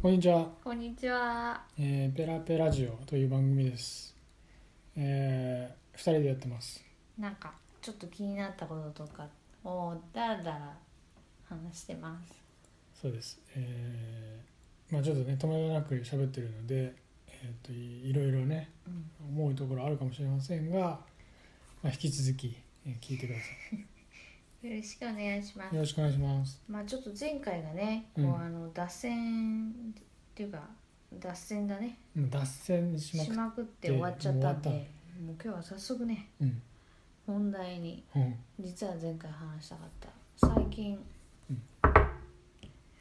こんにちは、こんにちは。えーペラペラジオという番組です、え2人でやってますなんかちょっと気になったこととかをだらだら話してます。そうですえーまあちょっとね止めらなく喋ってるので、えー、といいろいろねうん、思うところあるかもしれませんが、まあ、引き続き、えー聞いてくださよろしくお願いしまいす。よろしくお願いしますまあちょっと前回がね、こううんあの脱線っていうか脱線だねうん脱線ししまくっまくって終わっちゃったんで、もう終わもう今日は早速ねうん本題にうん実は前回話したかった最近、うん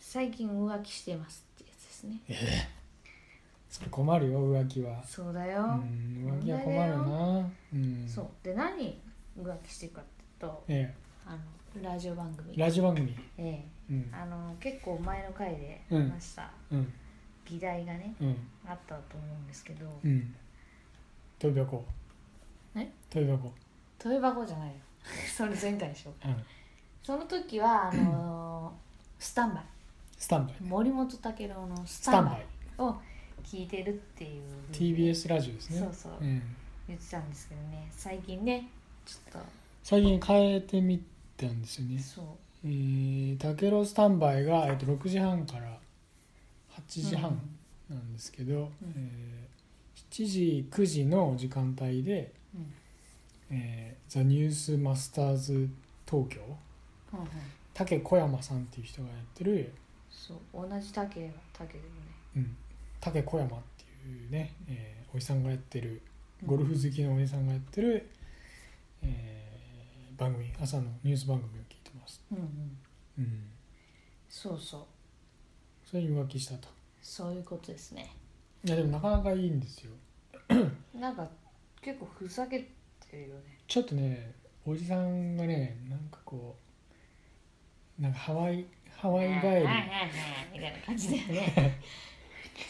最近浮気してますってやつですね。それ困るよ浮気はそうだうよ。ん浮気は困るなうんそうで何浮気してるかっていうと。えあのラジオ番組ー、ラジオ番組ええうんあの結構前の回で話したうん議題がね、うんあったと思うんですけど、うん。飛び箱。え飛び箱。トイ箱じゃないよ それ前回でしょうん。その時はあのスタンバスタンバイイ。森本武郎のススタタンンババイイ。を聞いてるっていう風に TBS ラジオですね。そうそううん。言ってたんですけどね最近ねちょっ最近変えてみたんですよとね。そうえー、タケロスタンバイが、えっと、6時半から8時半なんですけど、うんえー7時9時の時間帯でうんうん「えー、ザ・ニュース・マスターズ東京うんうん」竹小山さんっていう人がやってるそう同じ竹は竹でもねうん、竹小山っていうね、えーおじさんがやってるゴルフ好きのおじさんがやってる、えー番組朝のニュース番組を聞いてます、うんうんうん、そうそうそれに浮気したとそういうことですねいやでもなかなかいいんですよなんか結構ふざけてるよね。ちょっとねおじさんがねなんかこうなんかハワイハワイ帰はいはりいはいみたいな感じで。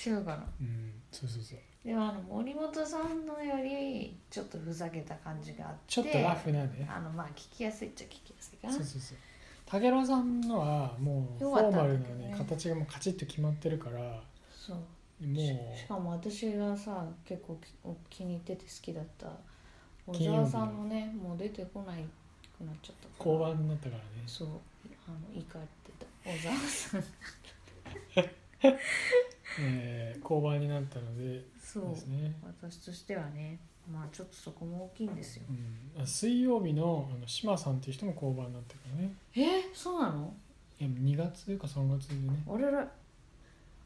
違うかな。うんそうそうそうでもあの森本さんのよりちょっとふざけた感じがあって。ちょっとラフなねあのまあ聞きやすいっちゃ聞きやすいかな。そうそうそう武郎さんのはもうフよォかっーたんだマルけなどねね形がもうカチッと決まってるからそう。もうしかも私がさ結構きお気に入ってて好きだった小金曜日の沢さんもねもう出てこないくなっちゃったから交番になったからねそうあの怒ってた小沢さん。えー、交番になったのでそうですね、私としてはねまあちょっとそこも大きいんですよ。うん、あ水曜日のあの島さんっていう人も交番になったからねえそうなのいや2月か3月でねあれら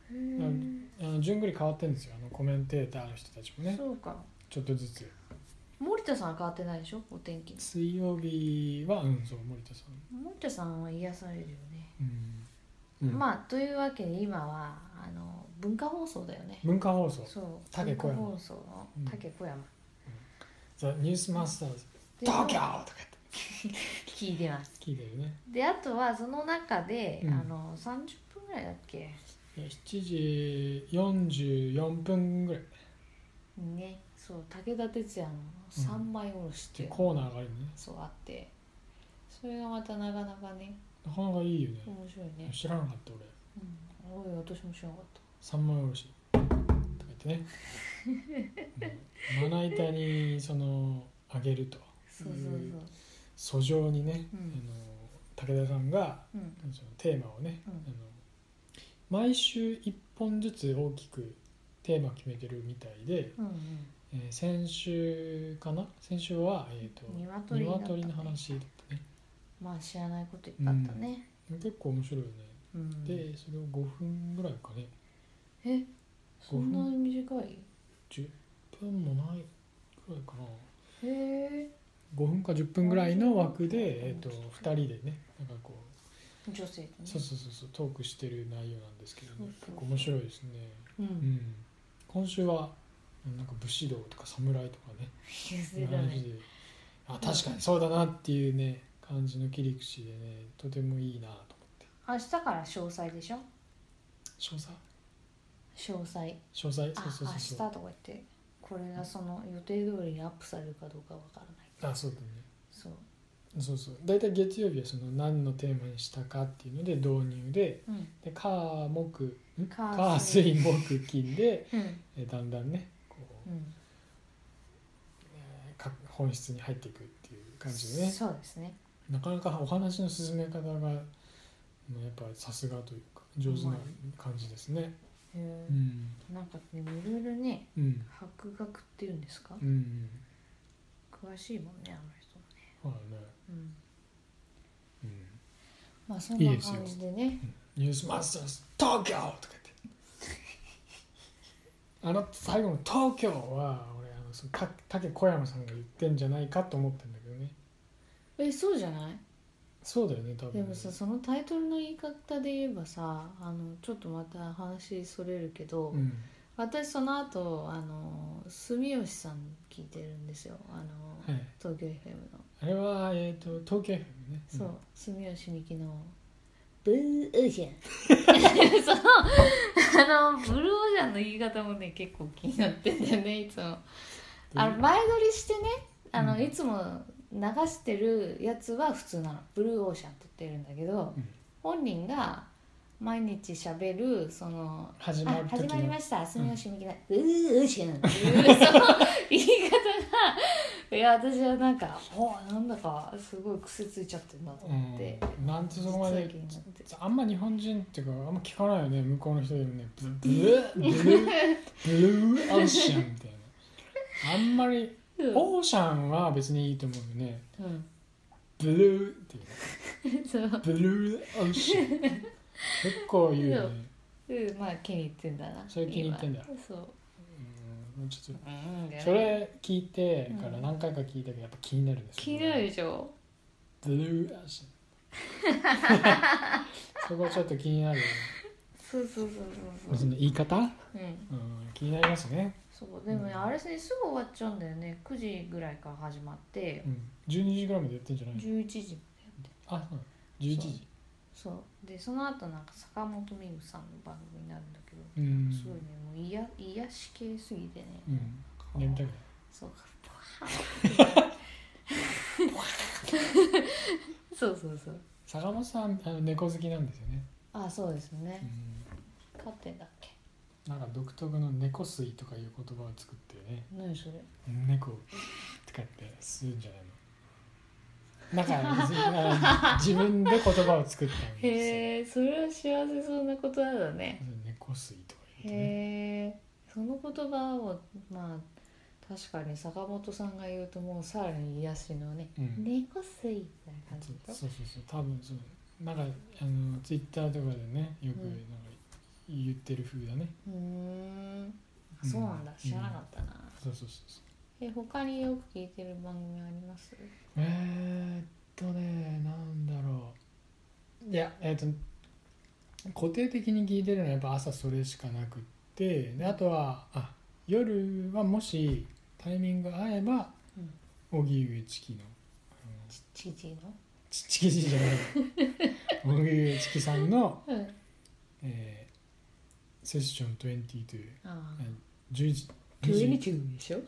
へーなんあの順繰り変わってるんですよあのコメンテーターの人たちもねそうかちょっとずつ森田さんは変わってないでしょお天気水曜日はうんそう森田さん森田さんは癒されるよね、うん、うん、まあというわけで今はあの文化放送だよね文化放送そう竹文小化山放送のうん竹小山、 「ザ・ニュースマスターズで東京!」とかって聞いてます聞いてるねであとはその中で、うんあの30分ぐらいだっけいや7時44分ぐらいねそう武田鉄矢の三枚おろしってでいう、コーナーがあるねそうあってそれがまたなかなかねなかなかいいよね面白いね、知らなかった俺うん、おい私も知らなかった三枚おろしとか言ってね、うんまな板にそのあげるとそうそうそう訴状にね、うんあの武田さんがうんそのテーマをね、うんあの毎週1本ずつ大きくテーマを決めてるみたいで、うんえー先週かな先週は、えー、と鶏だったね鶏の話だったねまあ知らないこといっぱいあったね、結構面白いよね、うんでそれを5分ぐらいかねえそんな5に短い10分もないぐらいかなへえ5分か10分ぐらいの枠で、うんえー、と2人でねなんかこう女性とねそうそうそうそうトークしてる内容なんですけどねそうそう結構面白いですね、ううんん、今週はなんか武士道とか侍とかね気がそすういるう話ねであ確かにそうだなっていうね感じの切り口でねとてもいいなと思って明日から詳細でしょ詳細詳細詳細そうあそうそうそう明日とか言ってこれがその予定通りにアップされるかどうかわからないあそうだねそうそうそう大体月曜日はその何のテーマにしたかっていうので導入でうんで火木ん火火水木金でうんえーだんだんねこううんえーか本質に入っていくっていう感じでねそうですねなかなかお話の進め方がまあやっぱさすがというか上手な感じですね。へえうんなんかでもいろいろねうん博学っていうんですかうんうん詳しいもんねあの人もねまあねうんうんまあそんいいなですよ感じでねニュースマスターズ東京とか言って あの最後の東京は俺あのそのた竹小山さんが言ってんじゃないかと思ってんだけどねえそうじゃないそうだよね多分でもさそのタイトルの言い方で言えばさあのちょっとまた話それるけど、うん私その後あの住吉さん聞いてるんですよあの、はい東京 FM のあれはえっ、と東京 FM ねそう、ん住吉美紀のブルーオーシャン そのあのブルーオーシャンの言い方もね結構気になってんだよねいつもあの前撮りしてねあの、うんいつも流してるやつは普通なのブルーオーシャンって言ってるんだけど、うん本人が毎日しゃべるその始まある時始まりのました住吉美紀の「うーうしゅん」っていうその言い方がいや私はなんかおなんだかすごい癖ついちゃってるなと思って、うん、なんてそこまで実は気になってあんま日本人っていうかあんま聞かないよね向こうの人でもねブブーブルーブルーオーシャンみたいなあんまりオーシャンは別にいいと思うよねうん、ブルーっていうそう、ブルーオーシャン結構言うよねうん、まあ気に入ってんだなそれ気に入ってんだ今そううんちょっうんとそれ聞いてから何回か聞いたけどやっぱ気になるんです気になるでしょブルーオーシャンそこちょっと気になるよねそうそうそうそうそそうの言い方、うん、うん気になりますね、そうでもね、うんあれねすぐ終わっちゃうんだよね9時ぐらいから始まってうん、12時ぐらいまでやってんじゃないの11時あ、そう11時。そうでその後なんか坂本美雨さんの番組になるんだけど、うん。すごいねもう癒癒し系すぎてね、うん。眠たくない。そうかそうそうそう坂本さん、あの猫好きなんですよね。あそうですうねん。飼ってんだっけなんか独特の猫水とかいう言葉を作ってね、何それ猫を使って吸うんじゃないの。なんか、ずあの自分で言葉を作ったんですよ。へえそれは幸せそうなことなんだね猫水とか言ってね。へえその言葉をまあ確かに坂本さんが言うともうさらに癒しのねうん。猫吸いみたいな感じそうでしそょうそう多分そうなんかあのツイッターとかでねよくうなんんか言ってる風だね、うーんあそうなんだ知らなかったな、そうそうそうそうえ他によく聞いてる番組ありますえー、っとねなんだろういやえーっと固定的に聞いてるのはやっぱ朝それしかなくってであとはあ夜はもしタイミングが合えばうん荻上チキのあのちちちのちチキじゃ ない荻上チキさんの、うんえーセッション20というあ10時あ2時チューでしょ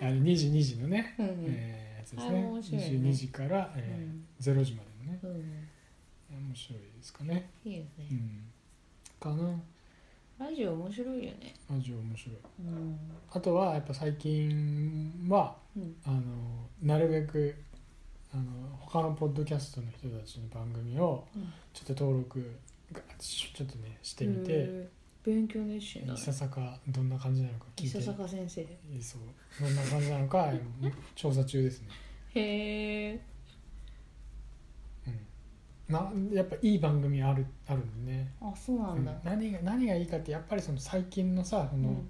あの22時のね、うんえーやつですあれ面白いねね22時から、うえんー0時までのねうん面白いですかね、いいようねん、かなラジオ面白いよねラジオ面白いうんあとはやっぱ最近はうんあのなるべくあの他のポッドキャストの人たちの番組をうんちょっと登録がちょっとねしてみて、へえ勉強熱心だいささかどんな感じなのか聞伊いて佐坂先生そうどんな感じなのか 調査中ですねへえうん、なやっぱいい番組あるあるんでね、あそうなんだうん何が何がいいかってやっぱりその最近のさそうの、ん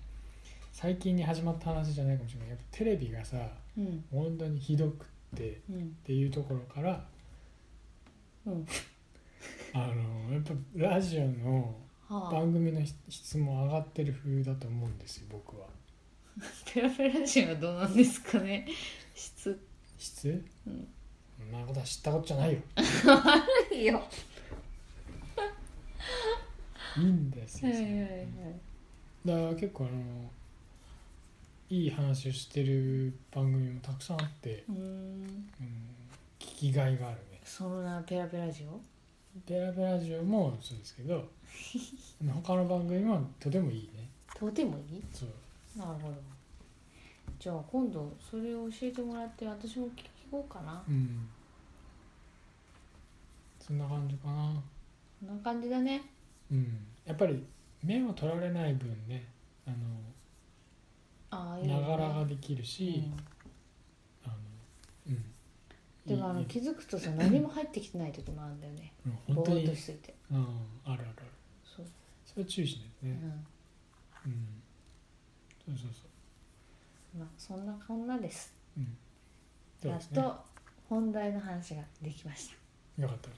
最近に始まった話じゃないかもしれないやっぱテレビがさうん本当にひどくってっうんていうところからうん あのやっぱラジオのはあ番組のひ質も上がってる風だと思うんですよ僕は。ペラペラ人はどうなんですかね質質うんそんなことは知ったことじゃないよ。いいよいいんですはよ。いはいはいだから結構あのいい話をしてる番組もたくさんあって、うーんうん、聞きがいがあるねそんなペラペラジオペラペラジオもそうですけ どあの他の番組もとてもいいねとてもいいそうなるほどじゃあ今度それを教えてもらって私も聞こうかなうんそんな感じかなこんな感じだねうんやっぱり目を取られない分ねあのああいいなよがねらができるうし、んあのうんでもあのいい気づくとさ何も入ってきてない時もあるんだよねうんぼ本当ーっにとしすぎてうんあるあるあるそう、それは注意しないとうね、んうんそうそうそうまあ、そんなこんなですうんそうやでっすねよかと本題の話ができましったよかった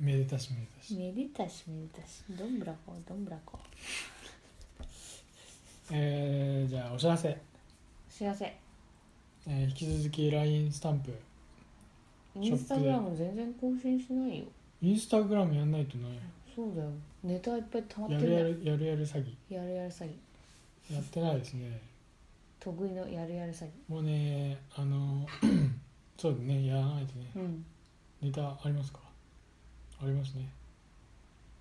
めでたしめでたたし、めでたしめでたしどんぶらこどんぶらこえー、じゃあお知らせ、幸せえー、引き続き LINE スタンプインスタグラム全然更新しないよインスタグラムやんないとねそうだよネタいっぱい溜まってやるるんだやよるやるやる詐欺やるやる詐欺やってないですね得意のやるやる詐欺もうねあの そうねやらないとねうんネタありますかありますね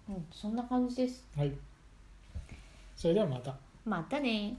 うんそんな感じですはいそれではまたまたね